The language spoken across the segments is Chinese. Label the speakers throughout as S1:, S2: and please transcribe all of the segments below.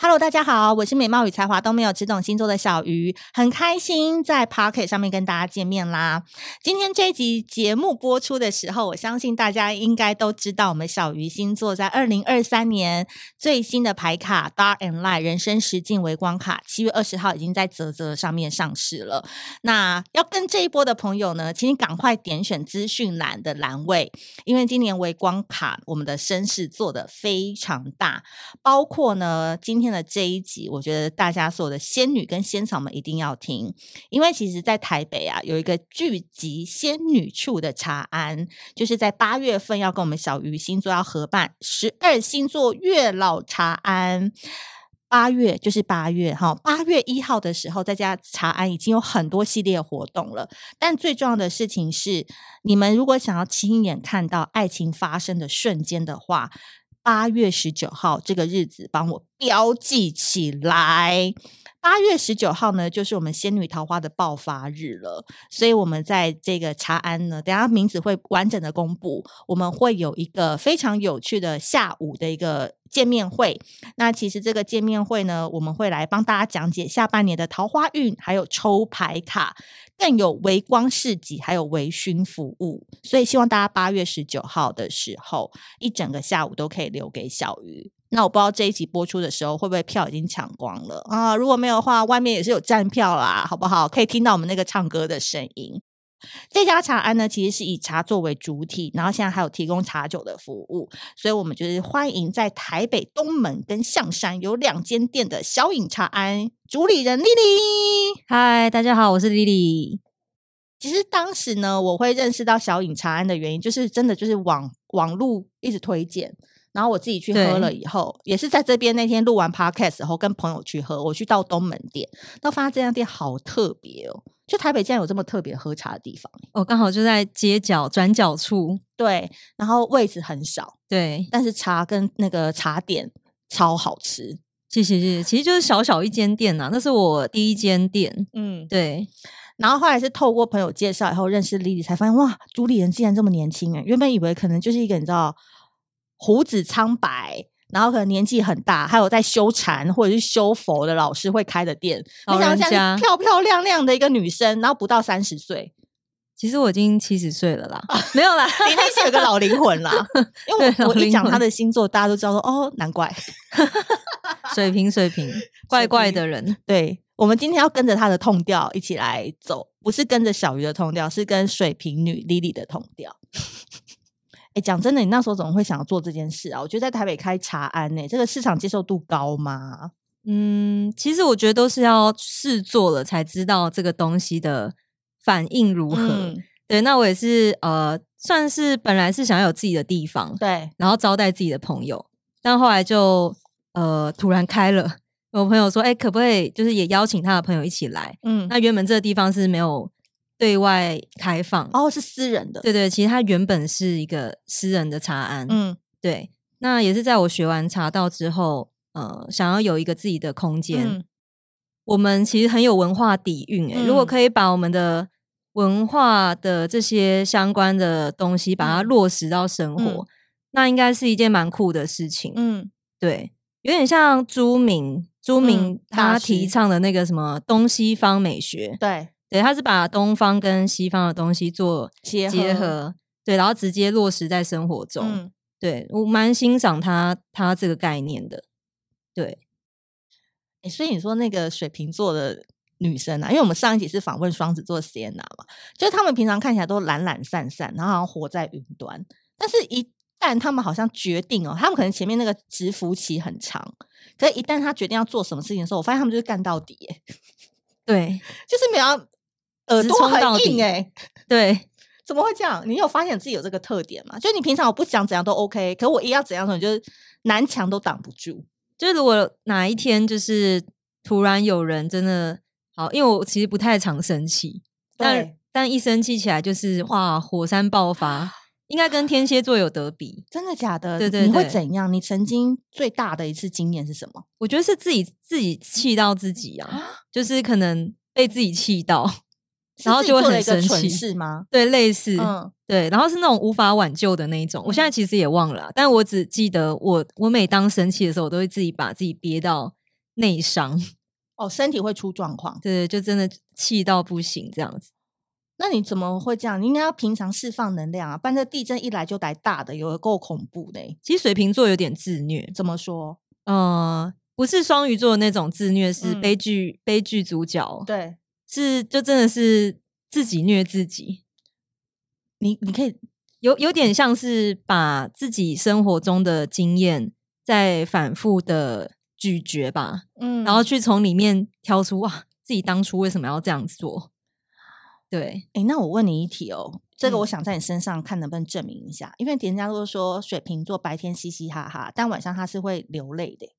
S1: Hello，大家好，我是美貌与才华都没有，只懂星座的小鱼，很开心在 Pocket 上面跟大家见面啦。今天这一集节目播出的时候，我相信大家应该都知道，我们小鱼星座在二零二三年最新的牌卡 Dark and Light 人生实境微光卡，七月二十号已经在泽泽上面上市了。那要跟这一波的朋友呢，请你赶快点选资讯栏的栏位，因为今年微光卡我们的声势做的非常大，包括呢今天的这一集，我觉得大家所有的仙女跟仙草们一定要听，因为其实，在台北啊有一个聚集仙女处的茶安，就是在八月份要跟我们小鱼星座要合办十二星座月老茶安。八月就是八月哈，八月一号的时候，在家茶安已经有很多系列活动了。但最重要的事情是，你们如果想要亲眼看到爱情发生的瞬间的话，八月十九号这个日子帮我标记起来。八月十九号呢，就是我们仙女桃花的爆发日了，所以我们在这个茶安呢，等一下名字会完整的公布，我们会有一个非常有趣的下午的一个见面会。那其实这个见面会呢，我们会来帮大家讲解下半年的桃花运，还有抽牌卡，更有微光市集，还有微醺服务。所以希望大家八月十九号的时候，一整个下午都可以留给小鱼。那我不知道这一集播出的时候会不会票已经抢光了啊？如果没有的话，外面也是有站票啦，好不好？可以听到我们那个唱歌的声音。这家茶安呢，其实是以茶作为主体，然后现在还有提供茶酒的服务，所以我们就是欢迎在台北东门跟象山有两间店的小饮茶安主理人丽丽。
S2: 嗨，大家好，我是 Lily。
S1: 其实当时呢，我会认识到小饮茶安的原因，就是真的就是网网路一直推荐，然后我自己去喝了
S2: 对
S1: 以后，也是在这边那天录完 podcast 后，跟朋友去喝，我去到东门店，到发现这家店好特别哦，就台北竟然有这么特别喝茶的地方。欸
S2: 我刚好就在街角转角处，
S1: 对，然后位置很少，
S2: 对，
S1: 但是茶跟那个茶点超好吃。
S2: 谢谢谢谢，其实就是小小一间店啊呐、那是我第一间店。
S1: 嗯，
S2: 对，
S1: 然后后来是透过朋友介绍以后认识莉莉，才发现哇，主理人竟然这么年轻哎、原本以为可能就是一个你知道胡子苍白，然后可能年纪很大，还有在修禅或者是修佛的老师会开的店，没
S2: 老
S1: 想到
S2: 人
S1: 这样
S2: 家
S1: 漂漂亮亮的一个女生，然后不到三十岁，
S2: 其实我已经七十岁了 啦，没有啦，
S1: 里面是有个老灵魂 啦。因为我
S2: 对老
S1: 我一
S2: 灵
S1: 讲她
S2: 魂
S1: 的星座，大家都知道说哦，难怪。
S2: 水平水 平，怪怪的人。
S1: 对，我们今天要跟着她的痛调一起来走，不是跟着小鱼的痛调，是跟水瓶女 Lily 的痛调。 哎，讲真的，你那时候怎么会想要做这件事啊？我觉得在台北开茶安呢、这个市场接受度高吗？
S2: 嗯，其实我觉得都是要试做了才知道这个东西的反应如何。
S1: 嗯，
S2: 对，那我也是呃，算是本来是想要有自己的地方，
S1: 对，
S2: 然后招待自己的朋友，但后来就呃突然开了。我朋友说：“哎、可不可以就是也邀请他的朋友一起来？
S1: 嗯，
S2: 那原本这个地方是没有对外开放，
S1: 哦，是私人的，
S2: 对对，其实它原本是一个私人的茶安，
S1: 嗯
S2: 对。那也是在我学完茶道之后，呃，想要有一个自己的空间。
S1: 嗯
S2: 我们其实很有文化底蕴、欸，如果
S1: 嗯
S2: 可以把我们的文化的这些相关的东西，把它
S1: 嗯
S2: 落实到生活，
S1: 嗯
S2: 那应该是一件蛮酷的事情。
S1: 嗯，
S2: 对，有点像朱明，朱明
S1: 大
S2: 他
S1: 师
S2: 提倡的那个什么东西方美学，
S1: 对，
S2: 对，他是把东方跟西方的东西做
S1: 结
S2: 结
S1: 合
S2: 合，对，然后直接落实在生活中。
S1: 嗯，
S2: 对我蛮欣赏他他这个概念的。对，
S1: 诶所以你说那个水瓶座的女生啊，因为我们上一集是访问双子座 Sienna 嘛，就是他们平常看起来都懒懒散散，然后好像活在云端，但是一旦他们好像决定哦，他们可能前面那个直服期很长，可是一旦他决定要做什么事情的时候，我发现他们就是干到底、耶，
S2: 对，
S1: 就是没有要耳
S2: 直
S1: 朵
S2: 冲到
S1: 很
S2: 底
S1: 硬哎、
S2: 对，
S1: 怎么会这样？你有发现自己有这个特点吗？就你平常我不想怎样都 OK，可我一要怎样的时候，你就是南墙都挡不住。
S2: 就是如果哪一天就是突然有人真的好，因为我其实不太常生气，但
S1: 对，啊
S2: 但一生气起来就是哇，火山爆发，应该跟天蝎座有得比。
S1: 真的假的？
S2: 对对
S1: 你会
S2: 对
S1: 怎样？你曾经最大的一次经验是什么？
S2: 我觉得是自己自己气到自己啊，
S1: 啊，
S2: 就是可能被自己气到， 然后
S1: 是自己
S2: 就会
S1: 做了
S2: 很
S1: 一个
S2: 生
S1: 蠢
S2: 气。
S1: 事吗？
S2: 对，类似，
S1: 嗯
S2: 对，然后是那种无法挽救的那一种。我现在其实也忘了啊，但我只记得我我每当生气的时候，我都会自己把自己憋到内伤，
S1: 哦，身体会出状况。
S2: 对，就真的气到不行这样子。
S1: 那你怎么会这样？你应该要平常释放能量啊，不然这地震一来就来大的，有的够恐怖的欸、
S2: 其实水瓶座有点自虐，
S1: 怎么说？
S2: 呃，不是双鱼座的那种自虐，是
S1: 嗯
S2: 悲剧、悲剧主角，
S1: 对
S2: 是就真的是自己虐自己，
S1: 你，你可以
S2: 有有点像是把自己生活中的经验在反复的咀嚼吧，
S1: 嗯，
S2: 然后去从里面挑出哇，自己当初为什么要这样做？对，
S1: 哎、那我问你一题哦，这个我
S2: 嗯
S1: 想在你身上看能不能证明一下，因为人家都说水瓶座白天嘻嘻哈哈，但晚上他是会流泪的欸。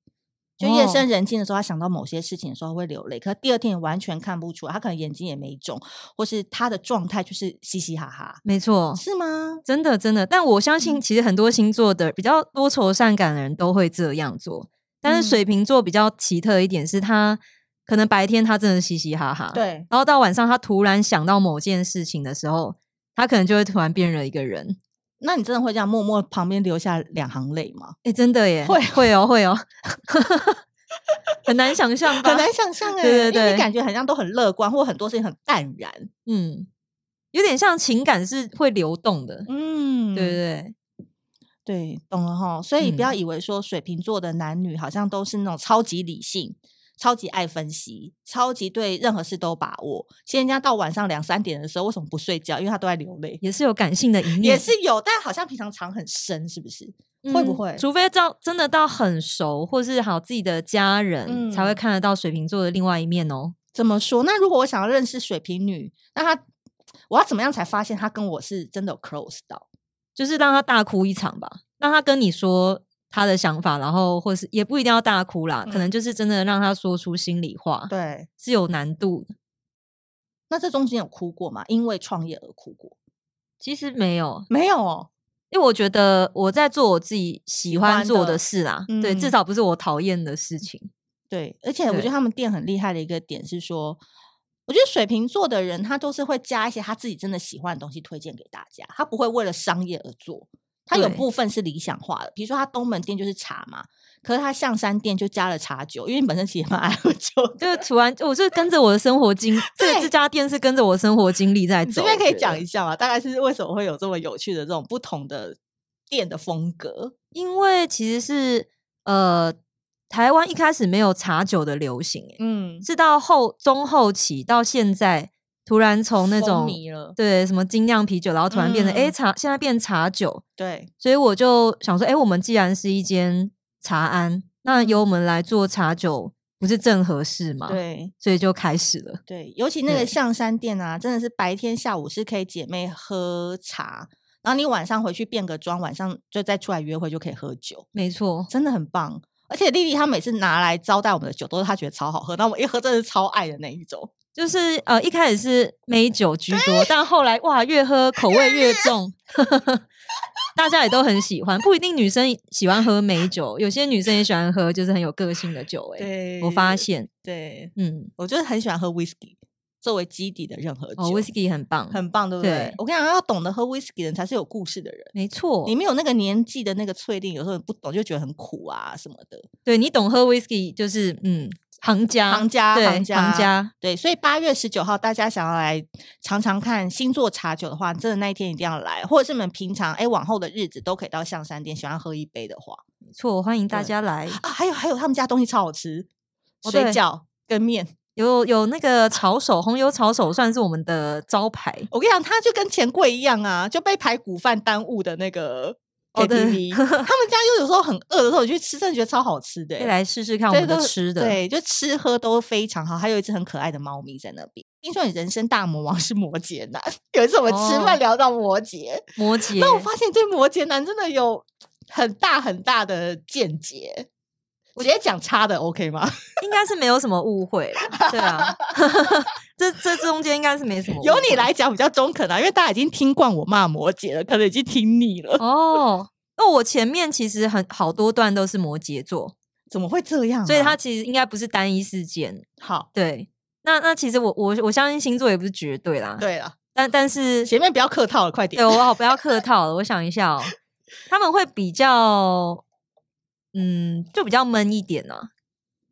S1: 就夜深
S2: 哦
S1: 人静的时候，他想到某些事情的时候会流泪，可第二天你完全看不出来，他可能眼睛也没肿，或是他的状态就是嘻嘻哈哈，
S2: 没错，
S1: 哦是吗？
S2: 真的真的。但我相信，
S1: 嗯
S2: 其实很多星座的比较多愁善感的人都会这样做，但
S1: 嗯
S2: 是水瓶座比较奇特一点是他，可能白天他真的嘻嘻哈哈，，
S1: 对，
S2: 然后到晚上他突然想到某件事情的时候，他可能就会突然变了一个人。
S1: 那你真的会这样默默旁边流下两行泪吗？
S2: 哎、真的耶，
S1: 会
S2: 会哦会哦， 很难想象吧，
S1: 很 难想象哎、
S2: 对对
S1: 因为你
S2: 对
S1: 感觉好像都很乐观，或很多事情很淡然。
S2: 嗯，有点像情感是会流动的，
S1: 嗯，
S2: 对不对？
S1: 对，懂了哈。所以不要
S2: 嗯
S1: 以为说水瓶座的男女好像都是那种超级理性、超级爱分析、超级对任何事都有把握。其实人家到晚上两三点的时候，为什么不睡觉？因为他都在流泪，
S2: 也是有感性的一面，
S1: 也是有，但好像平常藏很深，是不是？会不
S2: 嗯
S1: 会
S2: 除非到真的到很熟，或是好自己的家人，
S1: 嗯
S2: 才会看得到水瓶座的另外一面哦。
S1: 怎么说？那如果我想要认识水瓶女，那她我要怎么样才发现她跟我是真的有 close 到？
S2: 就是让他大哭一场吧，让他跟你说他的想法，然后或是也不一定要大哭啦，可能就是真的让他说出心里话，
S1: 嗯对，
S2: 是有难度的。
S1: 那这中间有哭过吗？因为创业而哭过？
S2: 其实没有，
S1: 没有哦。
S2: 因为我觉得我在做我自己喜欢
S1: 欢
S2: 做
S1: 的
S2: 的事啦，
S1: 嗯
S2: 对，至少不是我讨厌的事情。
S1: 对，而且我觉得
S2: 对
S1: 他们店很厉害的一个点是说，我觉得水瓶座的人他都是会加一些他自己真的喜欢的东西推荐给大家，他不会为了商业而做。他有
S2: 对
S1: 部分是理想化的，比如说他东门店就是茶嘛，可是他象山店就加了茶酒，因为你本身其实蛮爱喝酒 的。
S2: 就突然，我是跟着我的生活经，这
S1: 对
S2: 这家店是跟着我的生活经历在
S1: 你
S2: 走。
S1: 这边可
S2: 我
S1: 以
S2: 觉
S1: 讲
S2: 得
S1: 一下嘛，大概是为什么会有这么有趣的这种不同的店的风格？
S2: 因为其实是呃，台湾一开始没有茶酒的流行、欸，
S1: 嗯，
S2: 是到后中后期到现在，突然从那
S1: 风
S2: 种
S1: 靡了，
S2: 对什么精酿啤酒，然后突然变成哎、
S1: 嗯
S2: 诶茶，现在变茶酒，
S1: 对，
S2: 所以我就想说，哎、我们既然是一间茶安，那由我们来做茶酒，不是正合适吗？，
S1: 嗯对，
S2: 所以就开始了。
S1: 对，尤其那个
S2: 对
S1: 象山店啊，真的是白天下午是可以姐妹喝茶，然后你晚上回去变个妆，晚上就再出来约会就可以喝酒，
S2: 没错，
S1: 真的很棒。而且丽丽她每次拿来招待我们的酒，都是她觉得超好喝，那我一喝真的是超爱的那一种。
S2: 就是呃，一开始是美酒居多，但后来哇，越喝口味越重， 大家也都很喜欢。不一定女生喜欢喝美酒，有些女生也喜欢喝就是很有个性的酒、欸。
S1: 对
S2: 我发，现，
S1: 对
S2: 嗯，
S1: 我就是很喜欢喝 whisky 作为基底的任何酒、
S2: 哦，whisky 很棒，
S1: 很棒，对不对？
S2: 对
S1: 我跟你讲，要懂得喝 whisky 的人才是有故事的人。
S2: 没错
S1: 你。没有那个年纪的那个淬炼，有时候你不懂就觉得很苦啊什么的。
S2: 对你懂喝 whisky 就是嗯，行家，
S1: 行家
S2: 对，
S1: 行
S2: 行
S1: 家对，所以八月十九号，大家想要来尝尝看星座茶酒的话，真的那一天一定要来，或者是你们平常哎往后的日子都可以到象山店，喜欢喝一杯的话
S2: 没错，欢迎大
S1: 对
S2: 家来。
S1: 啊，还有还有他们家东西超好吃，
S2: 哎哦
S1: 水
S2: 对
S1: 饺跟面。
S2: 有有那个炒手，红油炒手算是我们的招牌。
S1: 我跟你讲，他就跟钱柜一样啊，就被排骨饭耽误的那个
S2: 哦对
S1: KTV，、他们家就有时候很饿的时候，我去吃，真的觉得超好吃的、欸
S2: 可以来试试看我
S1: 对
S2: 们的
S1: 都
S2: 吃的，
S1: 对，就吃喝都非常好。还有一只很可爱的猫咪在那边。听说你人生大魔王是摩羯男， 有一次我们吃
S2: 哦
S1: 饭聊到摩羯，
S2: 摩羯。
S1: 那我发现对摩羯男真的有很大很大的见解。我直接讲差的 OK 吗？
S2: 应该是没有什么误会啦，对啊， 这这中间应该是没什么。
S1: 由你来讲比较中肯啊，因为大家已经听惯我骂摩羯了，可能已经听腻了。
S2: 哦。那我前面其实很好多段都是摩羯座，
S1: 怎么会这样啊、
S2: 所以它其实应该不是单一事件。
S1: 好。
S2: 对，那那其实我我我相信星座也不是绝对啦，
S1: 对了，
S2: 但但是
S1: 前面不要客套了，快点
S2: 对。我好不要客套了，我想一下哦，他们会比较嗯，就比较闷一点啊，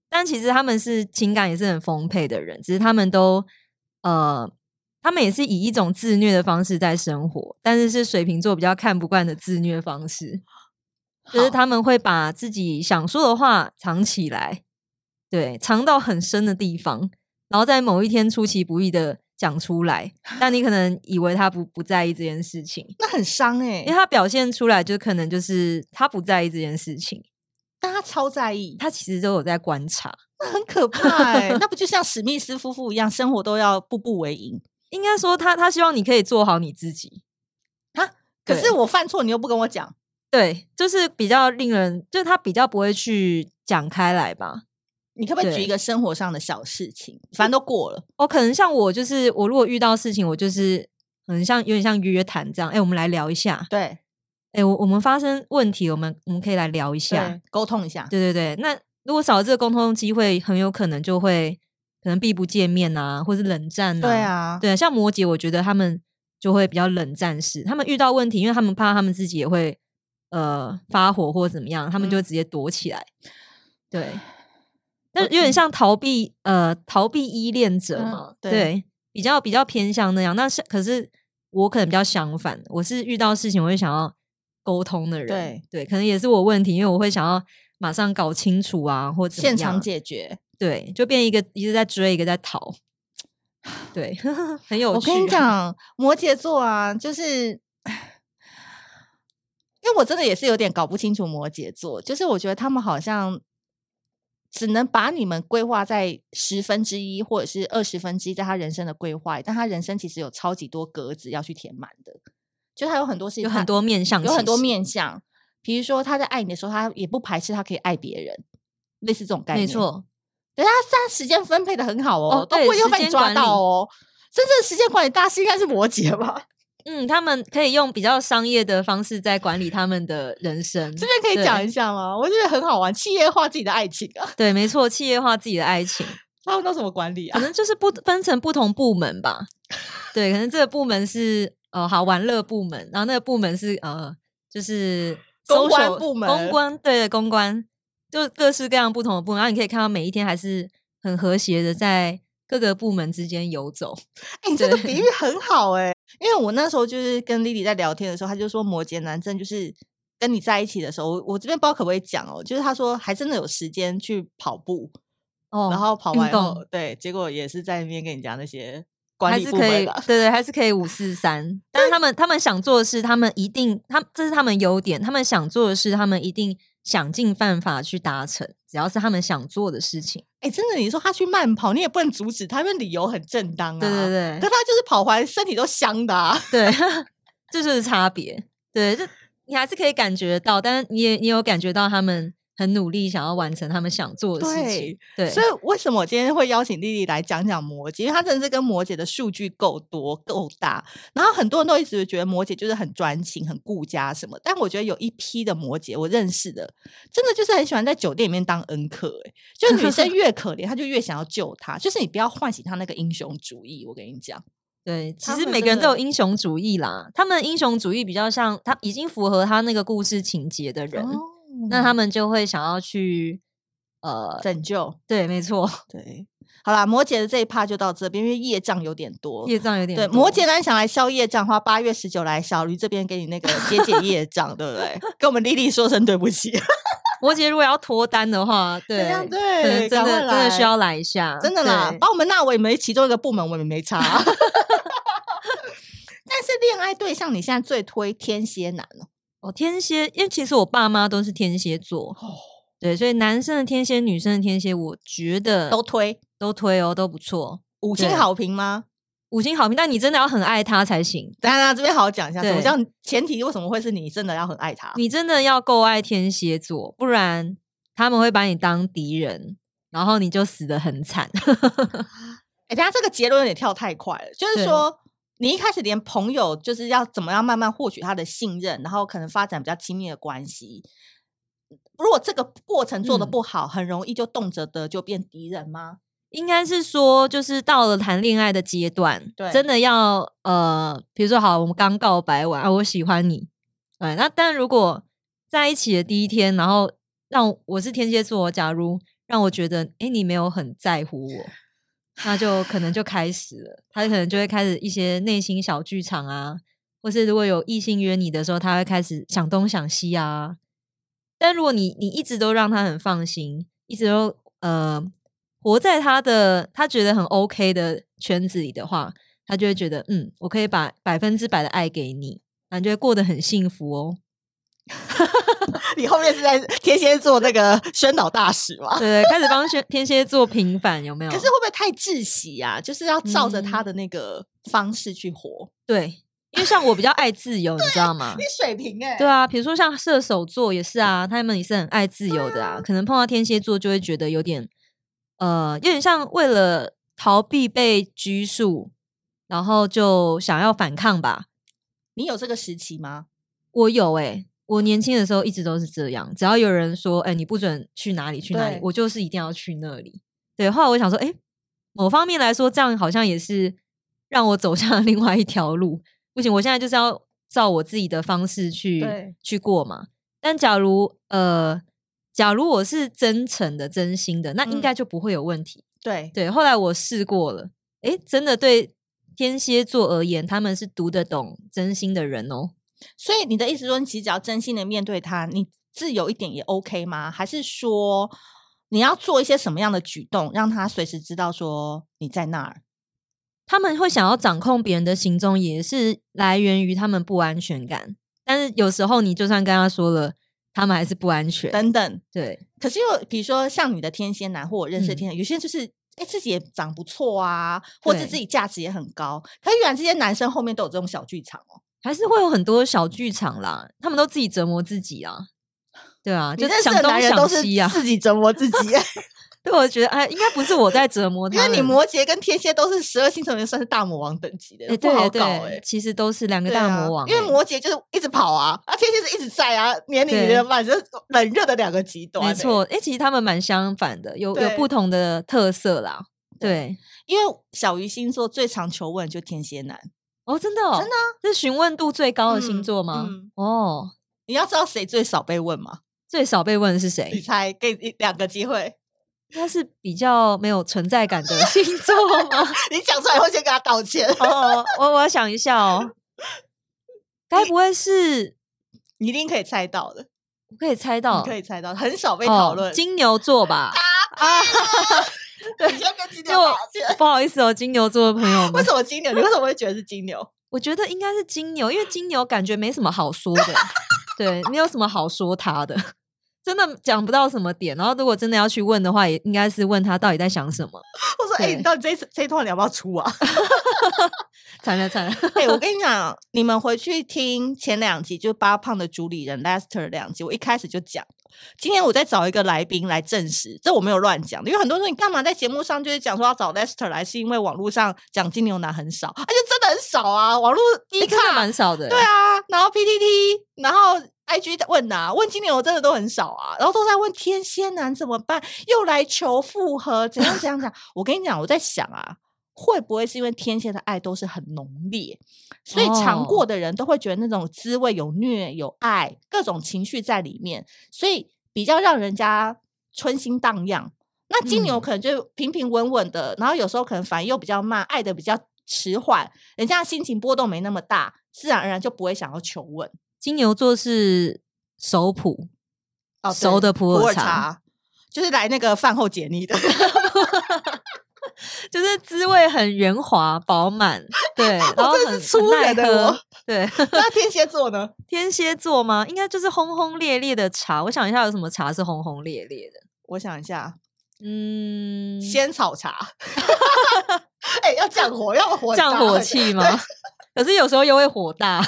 S2: 但其实他们是情感也是很丰沛的人，只是他们都呃，他们也是以一种自虐的方式在生活，但是是水瓶座比较看不惯的自虐方式，就是
S1: 好
S2: 他们会把自己想说的话藏起来，对，藏到很深的地方，然后在某一天出其不意的讲出来，但你可能以为他不不在意这件事情，
S1: 那很伤哎、
S2: 因为他表现出来就可能就是他不在意这件事情，
S1: 但他超在意，
S2: 他其实都有在观察。
S1: 那很可怕哎、 那不就像史密斯夫妇一样，生活都要步步为营
S2: 应该说他他希望你可以做好你自己，
S1: 啊？可是
S2: 对
S1: 我犯错，你又不跟我讲，
S2: 对，就是比较令人，就是他比较不会去讲开来吧。
S1: 你可不可以举
S2: 对
S1: 一个生活上的小事情？反正都过了，
S2: 哦，可能像我就是我如果遇到事情，我就是很像有点像约谈这样，哎、我们来聊一下，
S1: 对
S2: 哎、我我们发生问题，我们我们可以来聊一下
S1: 对，，沟通一下，
S2: 对对对。那如果少了这个沟通机会，很有可能就会可能避不见面啊，或是冷战啊，
S1: 对啊，
S2: 对，像摩羯，我觉得他们就会比较冷战式，他们遇到问题，因为他们怕他们自己也会呃发火或怎么样，他们
S1: 嗯
S2: 就会直接躲起来。对，但有点像逃避呃逃避依恋者
S1: 嗯
S2: 嘛，
S1: 对
S2: 比较比较偏向那样。那是可是我可能比较相反，我是遇到事情我会想要沟通的人，
S1: 对
S2: 可能也是我问题，因为我会想要马上搞清楚啊，或怎么
S1: 现
S2: 样
S1: 场解决。
S2: 对，就变一个一直在追，一个在逃。对， 很有趣。啊
S1: 我跟你，讲，摩羯座啊，就是。 因为我真的也是有点搞不清楚摩羯座，就是我觉得他们好像只能把你们规划在十分之一或者是二十分之一，在他人生的规划，但他人生其实有超级多格子要去填满的，就他有很多事情，
S2: 有很多面向，
S1: 有很多
S2: 其实，
S1: 面向，比如说他在爱你的时候，他也不排斥，他可以爱别人，类似这种概念。
S2: 没错，
S1: 对他，他时间分配的很好哦，
S2: 哦
S1: 都
S2: 对
S1: 不一定会
S2: 时
S1: 被你
S2: 间
S1: 抓
S2: 管
S1: 到
S2: 理
S1: 哦。真正时间管理大师应该是摩羯吧？
S2: 嗯，他们可以用比较商业的方式在管理他们的人生。
S1: 这边可以讲
S2: 对
S1: 一下吗？我觉得很好玩，企业化自己的爱情啊，
S2: 对，没错，企业化自己的爱情，
S1: 他们都怎么管理
S2: 可
S1: 啊？
S2: 能就是不分成不同部门吧。对，可能这个部门是呃好玩乐部门，然后那个部门是呃就是
S1: 公关
S2: social-
S1: 部门
S2: 公关对公关，就各式各样不同的部门。然后你可以看到每一天还是很和谐的在各个部门之间游走。
S1: 哎、你这个
S2: 对
S1: 比喻很好哎、因为我那时候就是跟 Lily 在聊天的时候，她就说摩羯男生就是跟你在一起的时候，我我这边不知道可不可以讲哦，就是他说还真的有时间去跑步，
S2: 哦，
S1: 然后跑
S2: 运
S1: 完以后
S2: 动，
S1: 对，结果也是在那边跟你讲那些管
S2: 还
S1: 理
S2: 是
S1: 部
S2: 可以，
S1: 门
S2: 对
S1: 了，
S2: 对，还是可以五四三。但是他们他们想做的是，他们一定，他这是他们优点，他们想做的事，他们一定想尽办法去达成，只要是他们想做的事情。
S1: 哎、真的，你说他去慢跑，你也不能阻止他，因为理由很正当啊。
S2: 对对
S1: 可他就是跑完身体都香的 啊。
S2: 对对，这就是差别。对，这你还是可以感觉得到，但是你也你有感觉到他们很努力，想要完成他们想做的事情。对，
S1: 所以为什么我今天会邀请丽丽来讲讲摩羯？因为她真的是跟摩羯的数据够多够大，然后很多人都一直觉得摩羯就是很专情、很顾家什么，但我觉得有一批的摩羯，我认识的，真的就是很喜欢在酒店里面当恩客、欸，就是女生越可怜，她就越想要救她，就是你不要唤醒她那个英雄主义，我跟你讲。
S2: 对，其
S1: 他
S2: 实
S1: 们
S2: 每个
S1: 真
S2: 人都有
S1: 的
S2: 英雄主义啦，他们英雄主义比较像他已经符合他那个故事情节的人。
S1: 哦
S2: 那他
S1: 们
S2: 们就会想要去呃，
S1: 拯救
S2: 对，没错，
S1: 对，好啦，摩羯的这一趴就到这边，因为业障有点多。
S2: 业障有点
S1: 对，
S2: 多
S1: 摩羯男想来消业障的话，八月十九来小驴这边给你那个解解 业障，对不对？跟我们丽丽说声对不起，
S2: 摩羯如果要脱单的话，
S1: 怎
S2: 对
S1: 样对
S2: 可能真
S1: 赶
S2: 的
S1: 快
S2: 真的需
S1: 来
S2: 要来一下，
S1: 真的啦
S2: 对，
S1: 把我们纳为没其中一个部门，我们也没差啊。 但是恋爱对象，你现在最推天蝎男哦，
S2: 哦，天蝎，因为其实我爸妈都是天蝎座，
S1: 哦
S2: 对，所以男生的天蝎，女生的天蝎，我觉得
S1: 都推
S2: 都推哦，都不错，
S1: 五星
S2: 嗯对
S1: 好评吗？
S2: 五星好评，但你真的要很爱他才行，
S1: 等一下，这边好好讲一下，什么
S2: 对
S1: 叫前提？为什么会是你真的要很爱他？
S2: 你真的要够爱天蝎座，不然他们会把你当敌人，然后你就死得很惨。
S1: 哎、等下这个结论有点跳太快了，就是
S2: 对
S1: 说你一开始连朋友就是要怎么样慢慢获取他的信任，然后可能发展比较亲密的关系。如果这个过程做的
S2: 嗯
S1: 不好，很容易就动辄的就变敌人吗？
S2: 应该是说，就是到了谈恋爱的阶段，
S1: 对
S2: 真的要呃，比如说好，我们刚告白完，啊，我喜欢你，哎，那但如果在一起的第一天，然后让我是天蝎座，假如让我觉得，哎、你没有很在乎我，那就可能就开始了。他可能就会开始一些内心小剧场啊，或是如果有异性约你的时候，他会开始想东想西啊。但如果你你一直都让他很放心，一直都呃活在他的他觉得很 OK 的圈子里的话，他就会觉得嗯，我可以把百分之百的爱给你，那你就会过得很幸福哦。
S1: 你后面是在天蝎座那个宣导大使吗？
S2: 对，开始帮天天蝎座平反有没有？
S1: 可是会不会太窒息啊？就是要照着
S2: 嗯
S1: 他的那个方式去 活。
S2: 对，因为像我比较爱自由，你知道吗
S1: 你？水平哎、
S2: 对啊，比如说像射手座也是啊，他们也是很爱自由的啊。可能碰到天蝎座就会觉得有点，呃，有点像为了逃避被拘束，然后就想要反抗吧。
S1: 你有这个时期吗？
S2: 我有诶、我年轻的时候一直都是这样，只要有人说，哎、你不准去哪里去哪里
S1: 对，
S2: 我就是一定要去那里。对，后来我想说，哎、某方面来说，这样好像也是让我走向了 另外一条路。不行，我现在就是要照我自己的方式
S1: 对
S2: 去去过嘛。但假如呃，假如我是真诚的、真心的，那应
S1: 嗯
S2: 该就不会有问题。
S1: 对，
S2: 对，后来我试过了，哎、真的对天蝎座而言，他们是读得懂真心的人哦、
S1: 所以你的意思说，你其实只要真心的面对他，你自由一点也 OK 吗？还是说你要做一些什么样的举动，让他随时知道说你在那儿？
S2: 他们会想要掌控别人的行踪，也是来源于他们不安全感。但是有时候你就算跟他说了，他们还是不安全。
S1: 等等。
S2: 对，
S1: 可是又比如说像你的天蝎男，或我认识的
S2: 嗯
S1: 天蝎，有些人就是。哎、自己也长不错啊，或者
S2: 对
S1: 自己价值也很高。可是原来这些男生后面都有这种小剧场哦。
S2: 还是会有很多小剧场啦，他们都自己折磨自己啊。对啊，
S1: 你
S2: 就
S1: 认识
S2: 想
S1: 的
S2: 东
S1: 男人都
S2: 想
S1: 是
S2: 西啊。
S1: 自己折磨 自己，
S2: 对，我觉得哎，应该不是我在折磨
S1: 因
S2: 他
S1: 为
S2: 们，
S1: 你摩羯跟天蝎都是十二星座里面算是大魔王等级的，
S2: 哎，
S1: 不好
S2: 对
S1: 搞哎、
S2: 对，其实都是两个
S1: 对
S2: 大
S1: 啊
S2: 魔王哎、
S1: 因为摩羯就是一直跑啊，啊天蝎是一直在啊，年龄
S2: 对
S1: 的反正冷热的两个极端、欸
S2: 没，错，哎，其实他们蛮相反的，有有
S1: 对
S2: 不同的特色啦。对，
S1: 因为小鱼星座最常求问就天蝎男，
S2: 哦，真的、哦，
S1: 真的
S2: 啊，是询问度最高的星
S1: 嗯
S2: 座吗？
S1: 嗯
S2: 哦，
S1: 你要知道谁最少被问吗？
S2: 最少被问的是
S1: 你
S2: 谁？
S1: 猜，给你两个机会，
S2: 应该是比较没有存在感的星座吗？
S1: 你讲出来会先跟他道歉，
S2: 哦，我我要想一下哦，该不会是
S1: 你一定可以猜到的，
S2: 我可以猜
S1: 你
S2: 到？
S1: 可以猜到，很少被
S2: 哦
S1: 讨论。
S2: 金牛座吧？ 啊，
S1: 你先跟金牛
S2: 就
S1: 道歉。
S2: 不好意思哦，金牛座的朋友
S1: 为
S2: 们
S1: 什，么金牛？你为什么会觉得是金牛？
S2: 我觉得应该是金牛，因为金牛感觉没什么好说的，对，没有什么好说他的，真的讲不到什么点。然后如果真的要去问的话，也应该是问他到底在想什么。
S1: 我说，哎、
S2: 对
S1: 你到底这一次这一段你要不要出啊？
S2: 惨了惨了，
S1: 哎、我跟你讲，你们回去听前两集，就八胖的主理人 Lester 两集，我一开始就讲，今天我再找一个来宾来证实，这我没有乱讲的，因为很多人说你干嘛在节目上就是讲说要找 Lester 来，是因为网络上讲金牛男很少，而、且真的很少啊，网络一
S2: 欸真的
S1: 看、
S2: 蛮少的。
S1: 对啊，然后 PTT，然后 IG 问啊，问金牛真的都很少啊，然后都在问天蝎男怎么办，又来求复合，怎样怎样怎样。我跟你讲，我在想啊，会不会是因为天蝎的爱都是很浓烈，所以尝
S2: 哦
S1: 过的人都会觉得那种滋味有虐有爱，各种情绪在里面，所以比较让人家春心荡漾。那金牛
S2: 嗯
S1: 可能就平平稳稳的，然后有时候可能反应又比较慢，爱的比较迟缓，人家心情波动没那么大，自然而然就不会想要求稳。
S2: 金牛座是熟普，
S1: 哦，对
S2: 熟的普
S1: 普
S2: 洱
S1: 洱
S2: 茶，
S1: 茶就是来那个饭后解腻的，
S2: 就是滋味很圆滑 饱满，对，然后
S1: 真是
S2: 很
S1: 粗
S2: 很耐
S1: 人的我
S2: 喝，对。
S1: 那天蝎座呢？
S2: 天蝎座吗？应该就是轰轰烈烈的茶。我想一下，有什么茶是轰轰烈烈的？
S1: 我想一下，
S2: 嗯，
S1: 仙草茶， 哎、要降火，要火
S2: 降
S1: 大
S2: 火
S1: 很
S2: 气吗？ 可是有时候又会火大，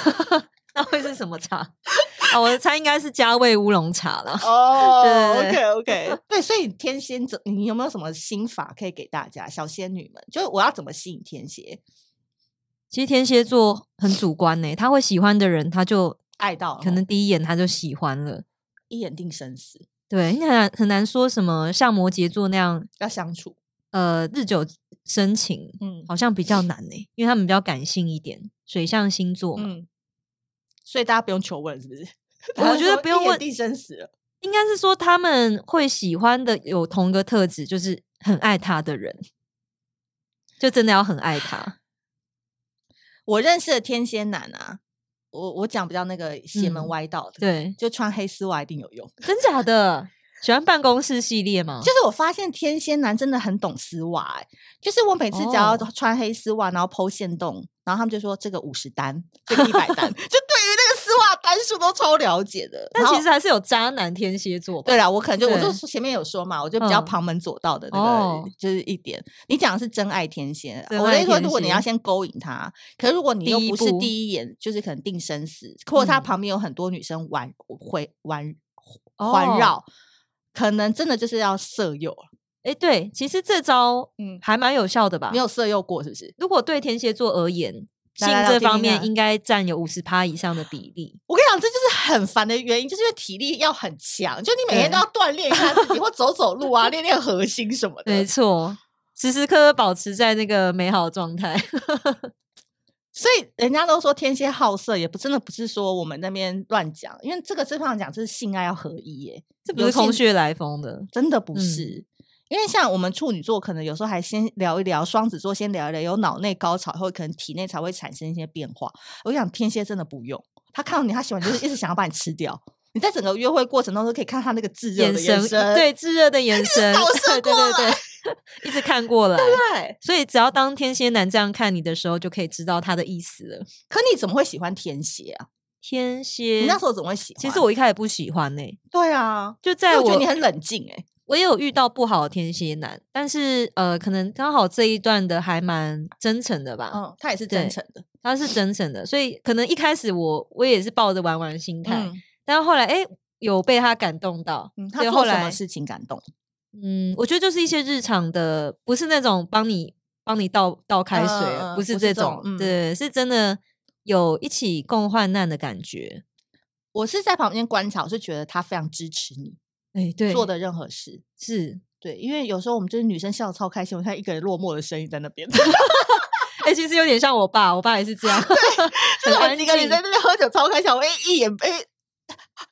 S2: 那会是什么茶？ 啊，我猜应该是加味乌龙茶了。
S1: 哦
S2: 对
S1: ，OK OK，对，所以天蝎座，你有没有什么心法可以给大家小仙女们？就是我要怎么吸引天蝎，
S2: 其实天蝎座很主观呢、他会喜欢的人，他就
S1: 爱到了
S2: 可
S1: 吼
S2: 能第一眼他就喜欢了。
S1: 一眼定生死，
S2: 对，你很难很难说什么像摩羯座那样，
S1: 要相处，
S2: 呃，日久生情，
S1: 嗯
S2: 好像比较难呢、因为他们比较感性一点，水象星座嘛。
S1: 嗯嗯，所以大家不用求问，是不是？
S2: 我觉得
S1: 说
S2: 不用
S1: 一眼
S2: 问
S1: 定生死了，
S2: 应该是说他们会喜欢的有同一个特质，就是很爱他的人，就真的要很爱 他。
S1: 我认识的天蝎男啊，我我讲比较那个邪门
S2: 嗯
S1: 歪道的，
S2: 对，
S1: 就穿黑丝袜一定有用。
S2: 真假的？喜欢办公室系列吗
S1: 就？是我发现天蝎男真的很懂丝袜、欸，就是我每次只要
S2: 哦
S1: 穿黑丝袜，然后剖线洞，然后他们就说这个五十单，这个一 百单，就对于那个丝袜单数都超了解的。
S2: 但
S1: 然后
S2: 其实还是有渣男天蝎座吧
S1: 对？啦，我可能就我就
S2: 对
S1: 说前面有说嘛，我就比较
S2: 嗯
S1: 旁门左道的那个，
S2: 哦
S1: 就是一点。你讲的是真爱天蝎啊，
S2: 真
S1: 我的意
S2: 爱
S1: 思说，
S2: 天
S1: 如果你
S2: 蝎
S1: 要先勾引他，可是如果你又
S2: 第一
S1: 不是
S2: 步
S1: 第一眼就是可能定生死，或者他
S2: 嗯
S1: 旁边有很多女生玩回玩
S2: 哦
S1: 环绕，可能真的就是要色诱啊了。
S2: 哎、对，其实这招
S1: 嗯，
S2: 还蛮有效的吧
S1: 你？有色诱过是不是？
S2: 如果对天蝎座而言，
S1: 来
S2: 性
S1: 来来我
S2: 这
S1: 听
S2: 方
S1: 听
S2: 面
S1: 看
S2: 应该占有五十趴以上的比例。
S1: 我跟你讲，这就是很烦的原因，就是因为体力要很强，就你每天都
S2: 对
S1: 要锻炼一下自己，或走走路 啊，练练核心什么的
S2: 没。错，时时刻刻保持在那个美好的 状态。
S1: 所以人家都说天蝎好色，也不真的不是说我们那边乱讲，因为这个这方面讲，这是性爱要合一耶，
S2: 这不
S1: 有
S2: 是空
S1: 性
S2: 穴来风的，
S1: 真的不
S2: 嗯
S1: 是。因为像我们处女座，可能有时候还先聊一聊双子座，先聊一聊，有脑内高潮后，可能体内才会产生一些变化。我想天蝎真的不用，他看到你，他喜欢就是一直想要把你吃掉。你在整个约会过程当中，可以看他那个炙热的
S2: 神
S1: 眼神，
S2: 对 炙热的眼神
S1: 扫，射
S2: 对 对
S1: 过
S2: 对对，一直看过 来。
S1: 对。
S2: 所以只要当天蝎男这样看你的时候，就可以知道他的意思了。
S1: 可你怎么会喜欢天蝎啊？
S2: 天
S1: 你
S2: 蝎，
S1: 那时候怎么会喜欢？
S2: 其实我一开始不喜欢呢、
S1: 对啊，
S2: 就
S1: 因为
S2: 在
S1: 我
S2: 我
S1: 觉得你很冷静哎、
S2: 我也有遇到不好的天蝎男，但是呃，可能刚好这一段的还蛮真诚的吧，
S1: 嗯，他也是真
S2: 对
S1: 诚的，
S2: 他是真诚的，所以可能一开始我我也是抱着玩玩心态，
S1: 嗯
S2: 但是后来哎、诶有被他感动到，
S1: 嗯，他
S2: 所以
S1: 做
S2: 后
S1: 什么
S2: 来
S1: 事情感动？
S2: 嗯，我觉得就是一些日常的，不是那种帮你帮你倒倒开水
S1: 嗯嗯嗯
S2: 啊，不是
S1: 不是
S2: 这
S1: 这种
S2: 种，
S1: 嗯
S2: 对，是真的有一起共患难的感觉，
S1: 我是在旁边观察，我是觉得他非常支持你
S2: 哎、对，
S1: 做的任何事。
S2: 是，
S1: 对，因为有时候我们就是女生笑得超开心，我看一个人落寞的声音在那 边，
S2: 哎、其实有点像我爸，我爸也是这 样，
S1: 就
S2: 很
S1: 是我
S2: 安
S1: 几
S2: 静
S1: 个女生在那边喝酒超开心，我一一眼被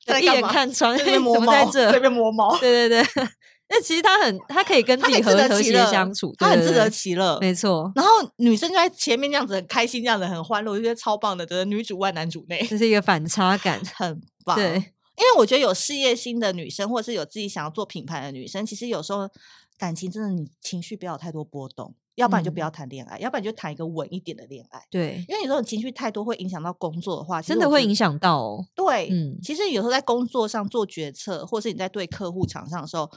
S1: 在
S2: 一
S1: 干
S2: 眼
S1: 嘛？
S2: 看 穿，
S1: 在那
S2: 哎
S1: 边
S2: 怎
S1: 摸
S2: 么
S1: 猫，
S2: 在这？
S1: 在那边摸猫，
S2: 对对 对，那其实他很，他可以跟
S1: 他
S2: 自
S1: 很自
S2: 己和
S1: 得
S2: 和
S1: 其
S2: 谐
S1: 乐，
S2: 相处，
S1: 他
S2: 对
S1: 很
S2: 对
S1: 自得
S2: 对
S1: 其乐，
S2: 没错，
S1: 然后女生就在前面这样子很开心，这样子很欢乐，我就觉得超棒的，就是女主外男主内，
S2: 这是一个反差感，
S1: 很棒。
S2: 对，
S1: 因为我觉得有事业心的女生，或是有自己想要做品牌的女生，其实有时候感情真的你情绪不要有太多波动，要不然你就不
S2: 嗯
S1: 要谈恋爱，要不然你就谈一个稳一点的恋爱。
S2: 对，
S1: 因为有时候你情绪太多会影响到工作的话，其实
S2: 真的
S1: 我觉
S2: 会
S1: 得
S2: 影响到哦，
S1: 对，
S2: 嗯
S1: 其实有时候在工作上做决策，或是你在对客户场上的时候，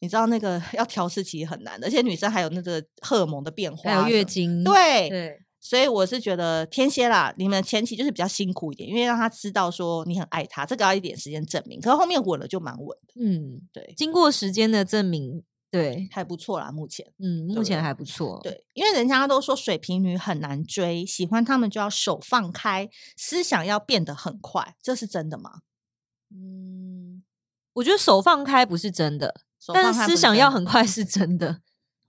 S1: 你知道那个 要调试其实很难的，而且女生还有那个荷尔蒙的变化
S2: 还
S1: 啊什么的，
S2: 有月经，
S1: 对
S2: 对，
S1: 所以我是觉得天蝎啦，你们前期就是比较辛苦一点，因为让他知道说你很爱他，这个要一点时间证明。可是后面稳了就蛮稳的，
S2: 嗯，
S1: 对，
S2: 经过时间的证明，对，
S1: 还不错啦，目前。对
S2: 嗯，目
S1: 不对
S2: 前还不错，，
S1: 对，因为人家都说水瓶女很难追，喜欢他们就要手放开，思想要变得很快，这是真的吗？
S2: 嗯，我觉得手放开不是真的，
S1: 手
S2: 但
S1: 放
S2: 是
S1: 开
S2: 思
S1: 不是
S2: 想
S1: 真
S2: 要
S1: 的
S2: 很快是真的。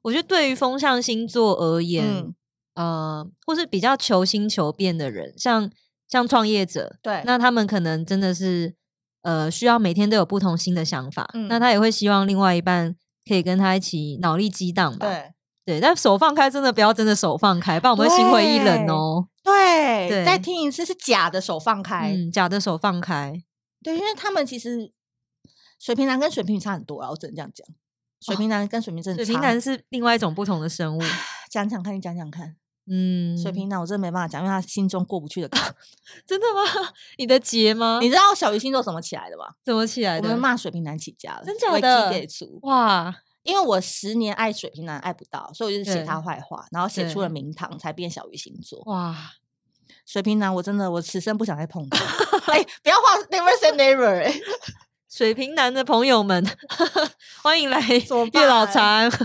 S2: 我觉得对于风象星座而言，
S1: 嗯，
S2: 呃，或是比较求新求变的人，像像创业者，
S1: 对，
S2: 那他们可能真的是呃需要每天都有不同新的想法，那
S1: 嗯
S2: 他也会希望另外一半可以跟他一起脑力激荡吧。
S1: 对
S2: 对，但手放开真的不要真的手放开，不然我们会心灰意冷
S1: 对
S2: 哦。
S1: 对再
S2: 对
S1: 听一次是假的手放开，
S2: 嗯，假的手放开，
S1: 对，因为他们其实水瓶男跟水瓶女差很多啊，我只能这样讲。水
S2: 哦
S1: 瓶男跟水瓶真的
S2: 水
S1: 差
S2: 瓶
S1: 很
S2: 男是另外一种不同 的生物。
S1: 讲讲看，你讲讲看，
S2: 嗯，啊
S1: 水瓶男我真的没办法讲，因为他心中过不去的坎。
S2: 真的吗？ 你的结吗？
S1: 你知道小鱼星座怎么起来的吗？
S2: 怎么起来
S1: 我
S2: 的
S1: 们？骂水瓶男起家了，
S2: 真假
S1: 维基
S2: 的
S1: 给出。
S2: 哇，
S1: 因为我十年爱水瓶男爱不到，所以我就是写
S2: 对
S1: 他坏话，然后写出了
S2: 对哦
S1: 名堂，才变小鱼星座。
S2: 哇，
S1: 水瓶男我真的我此生不想再碰到。 哎、不要画 never say never，、哎，
S2: 水瓶男的朋友们， 欢迎来
S1: 么
S2: 月老
S1: 办
S2: 茶 安见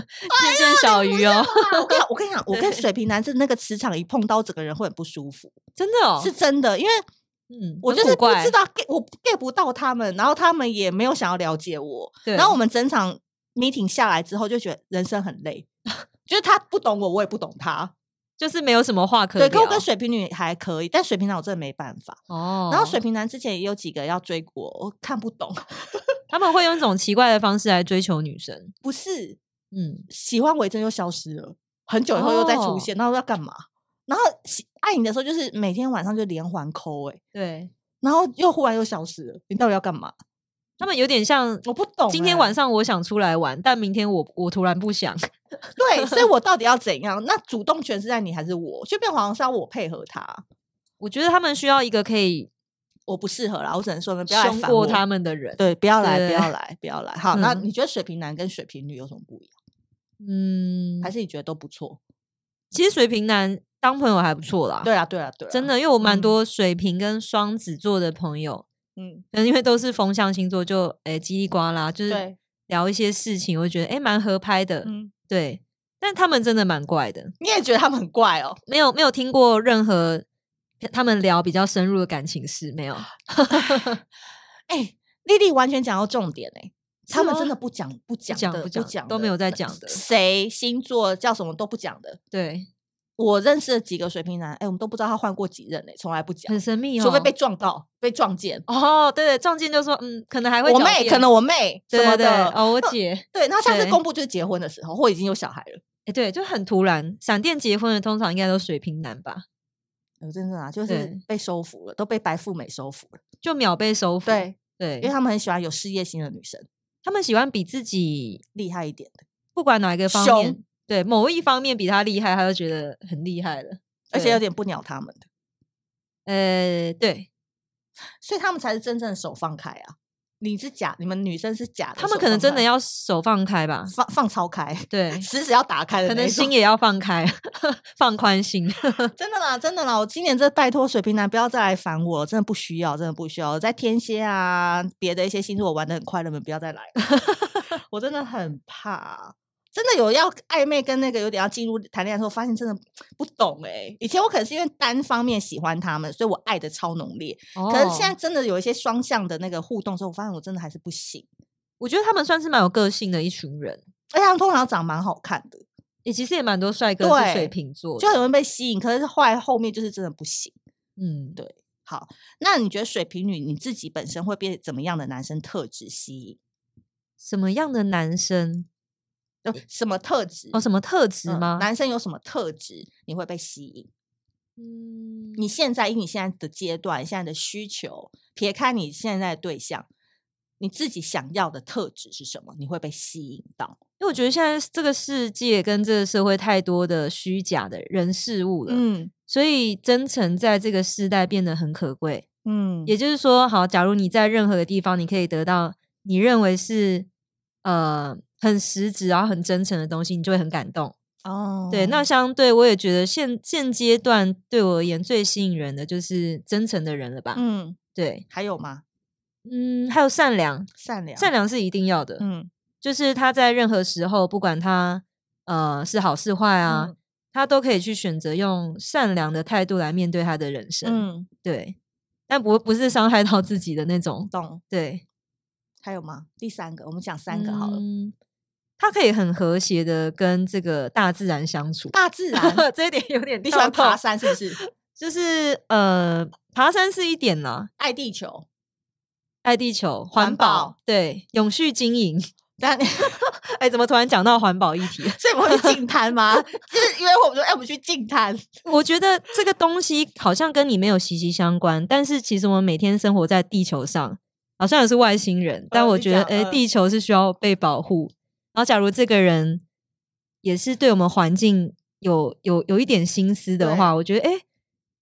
S2: 见小鱼
S1: 哎
S2: 哦，
S1: 我跟我跟你讲，我跟
S2: 对
S1: 水瓶男是那个磁场一碰到，整个人会很不舒服，
S2: 真的哦，
S1: 是真的，因为。
S2: 嗯，
S1: 我
S2: 很
S1: 就是
S2: 古
S1: 不
S2: 怪
S1: 知，道 get 我 get 不到他们，然后他们也没有想要了解我，
S2: 对
S1: 然后我们整场 meeting 下来之后，就觉得人生很 累，就是他不懂我，我也不懂他。
S2: 就是没有什么话可
S1: 对，
S2: 聊。
S1: 可我跟水瓶女还可以，但水瓶男我真的没办法。
S2: 哦，
S1: 然后水瓶男之前也有几个要追过，我看不懂，
S2: 他们会用一种奇怪的方式来追求女生。
S1: 不是
S2: 嗯，
S1: 喜欢维珍又消失了，很久以后又再
S2: 哦
S1: 出现，那、后要干嘛？然后喜爱你的时候，就是每天晚上就连环抠哎、
S2: 对，
S1: 然后又忽然又消失了，你到底要干嘛？
S2: 他们有点像
S1: 我不懂欸、
S2: 今天晚上我想出来玩，但明天我我突然不想。
S1: 对，所以我到底要怎样？那主动权是在你还是我？就变好像是要我配合他，
S2: 我觉得他们需要一个可以
S1: 我不适合啦，我只能说你们不要来
S2: 凶
S1: 烦
S2: 过
S1: 我。
S2: 他们的人。
S1: 对，不要来，
S2: 对
S1: 不要来，不要来。好，那
S2: 嗯
S1: 你觉得水瓶男跟水瓶女有什么不一样？
S2: 嗯，
S1: 还是你觉得都不错？
S2: 其实水瓶男当朋友还不错啦。
S1: 对啊，对啊，对啊，
S2: 真，的，因为我蛮
S1: 嗯
S2: 多水瓶跟双子座的朋友，
S1: 嗯，
S2: 可能因为都是风象星座，就诶叽里呱啦，就是
S1: 对，
S2: 聊一些事情，我就觉得诶蛮合拍的，
S1: 嗯，
S2: 对。但他们真的蛮怪的，
S1: 你也觉得他们很怪哦？
S2: 没有没有听过任何他们聊比较深入的感情事，没有。
S1: 啊哎，丽丽完全讲到重点哎，他们
S2: 吗
S1: 真的不讲不讲
S2: 讲
S1: 的
S2: 不讲
S1: 讲
S2: 都没
S1: 的
S2: 有在
S1: 那
S2: 讲的
S1: 谁星座叫什么都不讲的。
S2: 对，
S1: 我认识的几个水瓶男，哎，我们都不知道他换过几任哎，从来不讲
S2: 很，神秘哦。
S1: 除非被撞到、被撞见。
S2: 哦，对对，撞见就说嗯，可能还会
S1: 我
S2: 狡
S1: 妹
S2: 辩
S1: 可能我妹
S2: 对
S1: 什么
S2: 对对
S1: 的，
S2: 哦，我姐
S1: 对，那上次
S2: 对
S1: 公布就是结婚的时候，或已经有小孩了。
S2: 哎对，就很突然，闪电结婚的通常应该都水瓶男吧，
S1: 我真的啊，就是
S2: 对
S1: 被收服了，都被白富美收服了。
S2: 就秒被收服。
S1: 对，
S2: 对
S1: 因为，他们很喜欢有事业心的女生，
S2: 他们喜欢比自己
S1: 厉害一点的，
S2: 不管哪一个方
S1: 凶
S2: 面，对某一方面比他厉害，他就觉得很厉害了。
S1: 而且有
S2: 对
S1: 点不鸟他们的，
S2: 呃，对
S1: 所以他们才是真正的手放开啊。你是假，你们女生是假的手
S2: 他
S1: 放开，
S2: 们可能真的要手放开吧，
S1: 放放超开，，
S2: 对
S1: 食指要打开的
S2: 可
S1: 那
S2: 能
S1: 一种
S2: 心也要放开， 放 宽心。
S1: 真的啦，真的啦，我今年这拜托水瓶男不要再来烦我，真的不需要，真的不需要。我在天蝎啊，别的一些星座我玩的很快乐，你们不要再来了， 我真的很怕。真的有要暧昧跟那个有点要进入谈恋爱的时候，发现真的不懂哎、以前我可能是因为单方面喜欢他们，所以我爱的超浓烈。可是现在
S2: 哦
S1: 真的有一些双向的那个互动的时候，我发现我真的还是不行。
S2: 我觉得他们算是蛮有个性的一群人，
S1: 而且他们通常长蛮好看的，
S2: 也其实也蛮多帅哥是
S1: 对
S2: 水瓶座
S1: 就很
S2: 的，
S1: 容易被吸引。可是后来后面就是真的不行。
S2: 嗯，
S1: 对好，那你觉得水瓶女你自己本身会被怎么样的男生特质吸引？
S2: 什么样的男生
S1: 呃，什么特质？
S2: 哦，什么特质
S1: 嗯
S2: 吗？
S1: 男生有什么特质你会被吸引？
S2: 嗯，
S1: 你现在以你现在的阶段、现在的需求，撇开你现在的对象，你自己想要的特质是什么？你会被吸引到？
S2: 因为我觉得现在这个世界跟这个社会太多的虚假的人事物了，
S1: 嗯
S2: 所以真诚在这个时代变得很可贵。
S1: 嗯
S2: 也就是说，好，假如你在任何的地方，你可以得到你认为是呃很实质然后很真诚的东西，你就会很感动。
S1: 哦
S2: 对，那相对我也觉得现现阶段对我而言最吸引人的就是真诚的人了吧？
S1: 嗯，
S2: 对，
S1: 还有吗？
S2: 嗯，还有善良，
S1: 善良，
S2: 善良是一定要的。
S1: 嗯
S2: 就是他在任何时候，不管他呃是好是坏啊，
S1: 嗯
S2: 他都可以去选择用善良的态度来面对他的人生。
S1: 嗯，
S2: 对，但不不是伤害到自己的那种。
S1: 懂。
S2: 对，
S1: 还有吗？第三个，我们讲三个好了。
S2: 嗯他可以很和谐的跟这个大自然相处，
S1: 大 自然，
S2: 这一点有点
S1: 你喜欢
S2: 跳
S1: 爬
S2: 痛，
S1: 山是不是？
S2: 就是呃，爬山是一点啦，
S1: 爱地球，
S2: 爱地球、
S1: 环
S2: 环
S1: 保
S2: 保，对，永续经营。
S1: 但
S2: 哎，怎么突然讲到环保议题？
S1: 所以我们会去净滩吗？ 就是因为我们说，哎、我们去净滩，
S2: 我觉得这个东西好像跟你没有息息相关，但是其实我们每天生活在地球上，好像也是外星人。但我
S1: 你
S2: 觉得，
S1: 讲
S2: 哎、
S1: 嗯
S2: 地球是需要被保护。然后，假如这个人也是对我们环境有有有一点心思的话，我觉得，哎、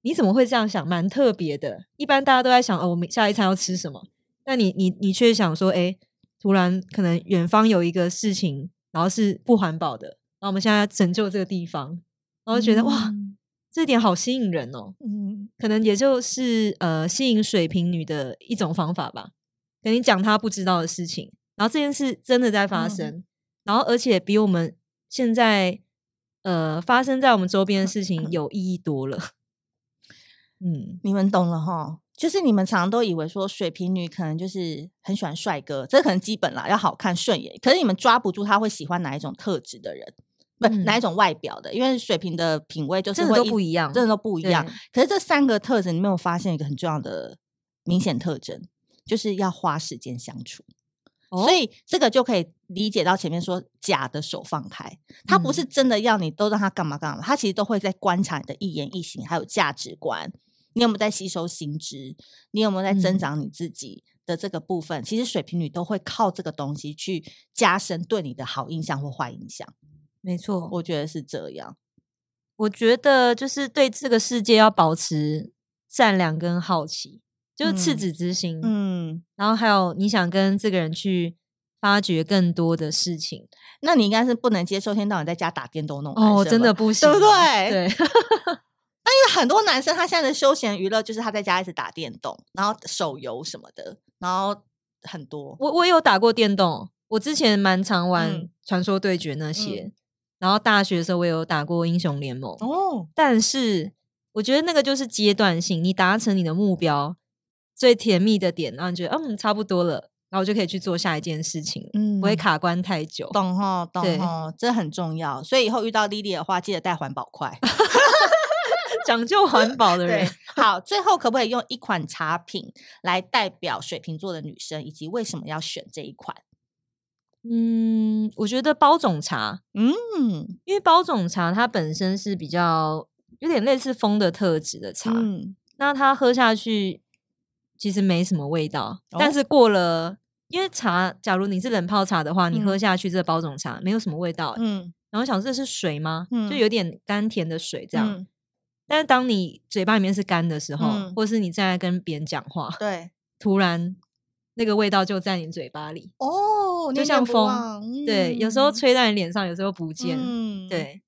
S2: 你怎么会这样想？蛮特别的。一般大家都在想，哦，我们下一餐要吃什么？那你你你却想说，哎、突然可能远方有一个事情，然后是不环保的，然后我们现在要拯救这个地方，然后就觉得、哇。这点好吸引人哦，
S1: 嗯，
S2: 可能也就是呃吸引水瓶女的一种方法吧。跟你讲她不知道的事情，然后这件事真的在发
S1: 嗯
S2: 生，然后而且比我们现在呃发生在我们周边的事情有意义多了。嗯，
S1: 你们懂了哈。就是你们常常都以为说水瓶女可能就是很喜欢帅哥，这可能基本啦，要好看顺眼。可是你们抓不住她会喜欢哪一种特质的人，不、
S2: 嗯
S1: 哪一种外表的，因为水瓶的品味就是
S2: 真的都
S1: 会
S2: 不一样
S1: 真的都不一样
S2: 对。
S1: 可是这三个特质，你没有发现一个很重要的明显特征，就是要花时间相处。
S2: 哦
S1: 所以这个就可以理解到前面说假的手放开，他不
S2: 嗯
S1: 是真的要你都让他干嘛干嘛，他其实都会在观察你的一言一行，还有价值观，你有没有在吸收新知，你有没有在增
S2: 嗯
S1: 长你自己的这个部分，其实水瓶女都会靠这个东西去加深对你的好印象或坏印象，
S2: 没错，我
S1: 我觉得是这样。
S2: 我觉得就是对这个世界要保持善良跟好奇，就是赤
S1: 嗯
S2: 子之心。
S1: 嗯，
S2: 然后还有你想跟这个人去发掘更多的事情。
S1: 那你应该是不能接受一天到晚在家打电动那种男
S2: 哦，
S1: 生
S2: 真的
S1: 吧。
S2: 不行啊，
S1: 不对
S2: 对，
S1: 因为很多男生他现在的休闲娱乐就是他在家一直打电动，然后手游什么的，然后很多。
S2: 我我有打过电动，我之前蛮常玩
S1: 嗯
S2: 传说对决那些，然后大学的时候我也有打过英雄联盟，
S1: 哦，
S2: 但是我觉得那个就是阶段性，你达成你的目标最甜蜜的点，然后你觉得嗯差不多了，然后就可以去做下一件事情了，
S1: 嗯
S2: 不会卡关太久。
S1: 懂哈，懂
S2: 对
S1: 哈，这很重要。所以以后遇到莉莉的话，记得带环保 筷。
S2: 讲究环保的
S1: 对
S2: 人，，
S1: 好，最后可不可以用一款茶品来代表水瓶座的女生，以及为什么要选这一款？
S2: 嗯，我觉得包种茶
S1: 嗯，
S2: 因为包种茶它本身是比较有点类似风的特质的茶，
S1: 嗯
S2: 那它喝下去其实没什么味道，
S1: 哦
S2: 但是过了。因为茶，假如你是冷泡茶的话，你喝
S1: 嗯
S2: 下去这包种茶没有什么味道、
S1: 嗯，
S2: 然后想说这是水吗？就
S1: 嗯
S2: 有点甘甜的水
S1: 这
S2: 这样。但是当你嘴巴里面是干的时候，
S1: 嗯
S2: 或是你正在跟别人讲话，
S1: 对
S2: 突然那个味道就在你嘴巴里。
S1: 哦，
S2: 就
S1: 念念
S2: 像
S1: 不
S2: 风
S1: 忘
S2: 对，有时候
S1: 嗯
S2: 吹在你脸上，有时候不见。
S1: 嗯，
S2: 对，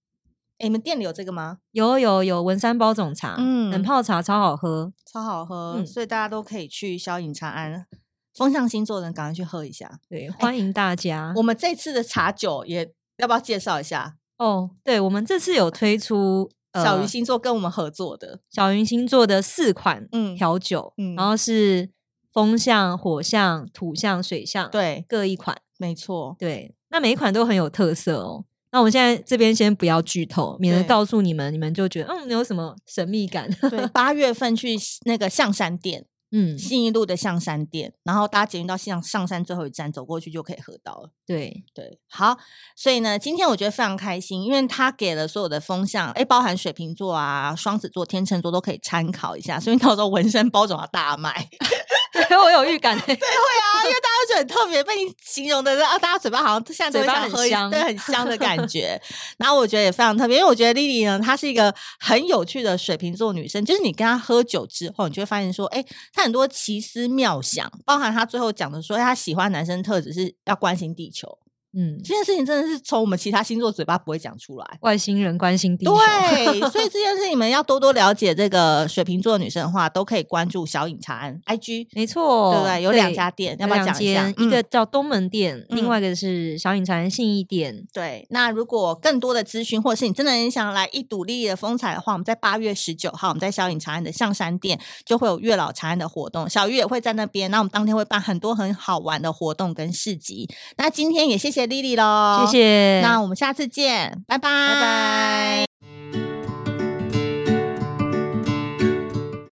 S1: 诶你们店里有这个吗？
S2: 有有有文山包种茶，
S1: 嗯
S2: 冷泡茶超好喝。
S1: 超好喝，
S2: 嗯
S1: 所以大家都可以去小饮茶安。风象星座的人赶快去喝一下。
S2: 对，欢迎大家。
S1: 我们这次的茶酒也要不要介绍一下？
S2: 哦，对，我们这次有推出、呃、
S1: 小鱼星座跟我们合作的，
S2: 小云星座的四款
S1: 嗯
S2: 调酒，
S1: 嗯
S2: 然后是风象、火象、土象、水象，，
S1: 对，
S2: 各一款。
S1: 没错，
S2: 对，那每一款都很有特色哦。那我们现在这边先不要剧透，免得
S1: 对
S2: 告诉你们，你们就觉得嗯，有什么神秘感。
S1: 对，八月份去那个象山店，
S2: 嗯，
S1: 信义路的象山店，然后搭捷运到象上山最后一站，走过去就可以喝到了。
S2: 对，
S1: 对，好，所以呢，今天我觉得非常开心，因为他给了所有的风向，哎，包含水瓶座啊、双子座、天秤座都可以参考一下，所以到时候纹身包总要大卖。
S2: 对我有预感、欸
S1: 啊，因为大家觉得很特别，被你形容的啊，大家嘴巴好像现在都
S2: 嘴
S1: 会
S2: 巴
S1: 想
S2: 很
S1: 喝一
S2: 香
S1: 对，很香的感 觉。然后我觉得也非常特别，因为我觉得莉莉呢，她是一个很有趣的水瓶座女生，就是你跟她喝酒之后，你就会发现说，哎，她很多奇思妙想，包含她最后讲的说，哎她喜欢男生特质是要关心地球
S2: 嗯，
S1: 这件事情，真的是从我们其他星座嘴巴不会讲出来。
S2: 外星人关心地球，
S1: 对，所以这件事你们要多多了解这个水瓶座的女生的话，都可以关注小饮茶安 IG，
S2: 没错，
S1: 对不哦对？有两家店，要不要
S2: 两
S1: 讲一下
S2: 间？一
S1: 嗯
S2: 个叫东门店，
S1: 嗯
S2: 另外一个是小隐禅信义店。
S1: 对，那如果更多的资讯，或者是你真的很想来一睹丽的风采的话，我们在八月十九号，我们在小影长安的象山店就会有月老长安的活动，小鱼也会在那边。那我们当天会办很多很好玩的活动跟市集。哦那今天也谢谢丽丽喽，
S2: 谢。谢，
S1: 那我们下次见，拜拜，
S2: 拜拜。